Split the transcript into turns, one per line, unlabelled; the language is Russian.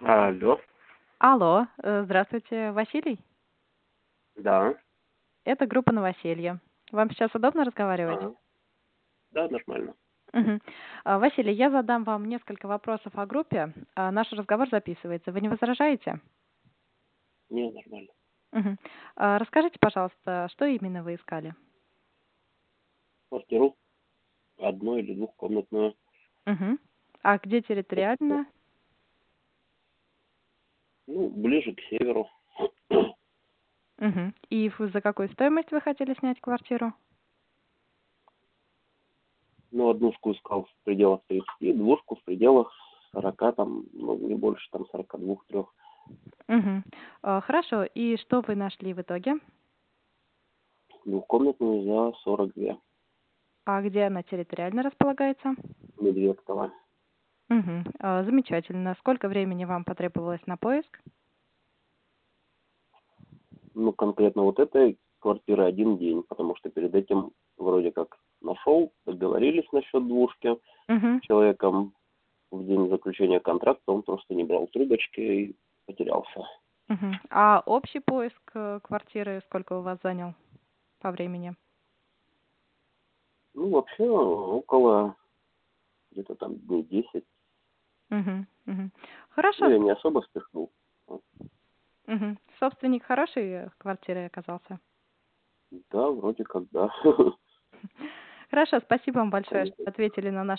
Алло,
Алло, э, здравствуйте, Василий.
да.
Это группа «Новоселье». Вам сейчас удобно разговаривать?
Ага. Да, нормально.
Мгм. А, Василий, я задам вам несколько вопросов о группе. А, Наш разговор записывается. Вы не возражаете?
Не, нормально.
Мгм. А, Расскажите, пожалуйста, что именно вы искали?
Квартиру одну или двухкомнатную.
Мгм. А где территориально?
Ну, ближе к северу.
Мгм. И ф- за какую стоимость вы хотели снять квартиру?
Ну, однушку искал в пределах 30, двушку в пределах 40, там, ну, не больше, там, 42-3.
Мгм. А, Хорошо. И что вы нашли в итоге?
Двухкомнатную за 42.
А где она территориально располагается?
Медведкова.
Мгм. А, Замечательно. Сколько времени вам потребовалось на поиск?
Ну, конкретно вот этой квартиры один день, потому что перед этим вроде как нашел, договорились насчет двушки.
Мгм.
человеком в день заключения контракта, он просто не брал трубочки и потерялся.
Мгм. А общий поиск э, квартиры сколько у вас занял по времени?
Ну, вообще, около где-то там дней 10.
Мгм. Мгм.
Ну, я
Хорошо.
не особо спешил.
Мгм. Собственник хороший э, квартиры оказался.
Да, вроде как да.
Хорошо, спасибо вам большое, что
Конечно.
ответили на наш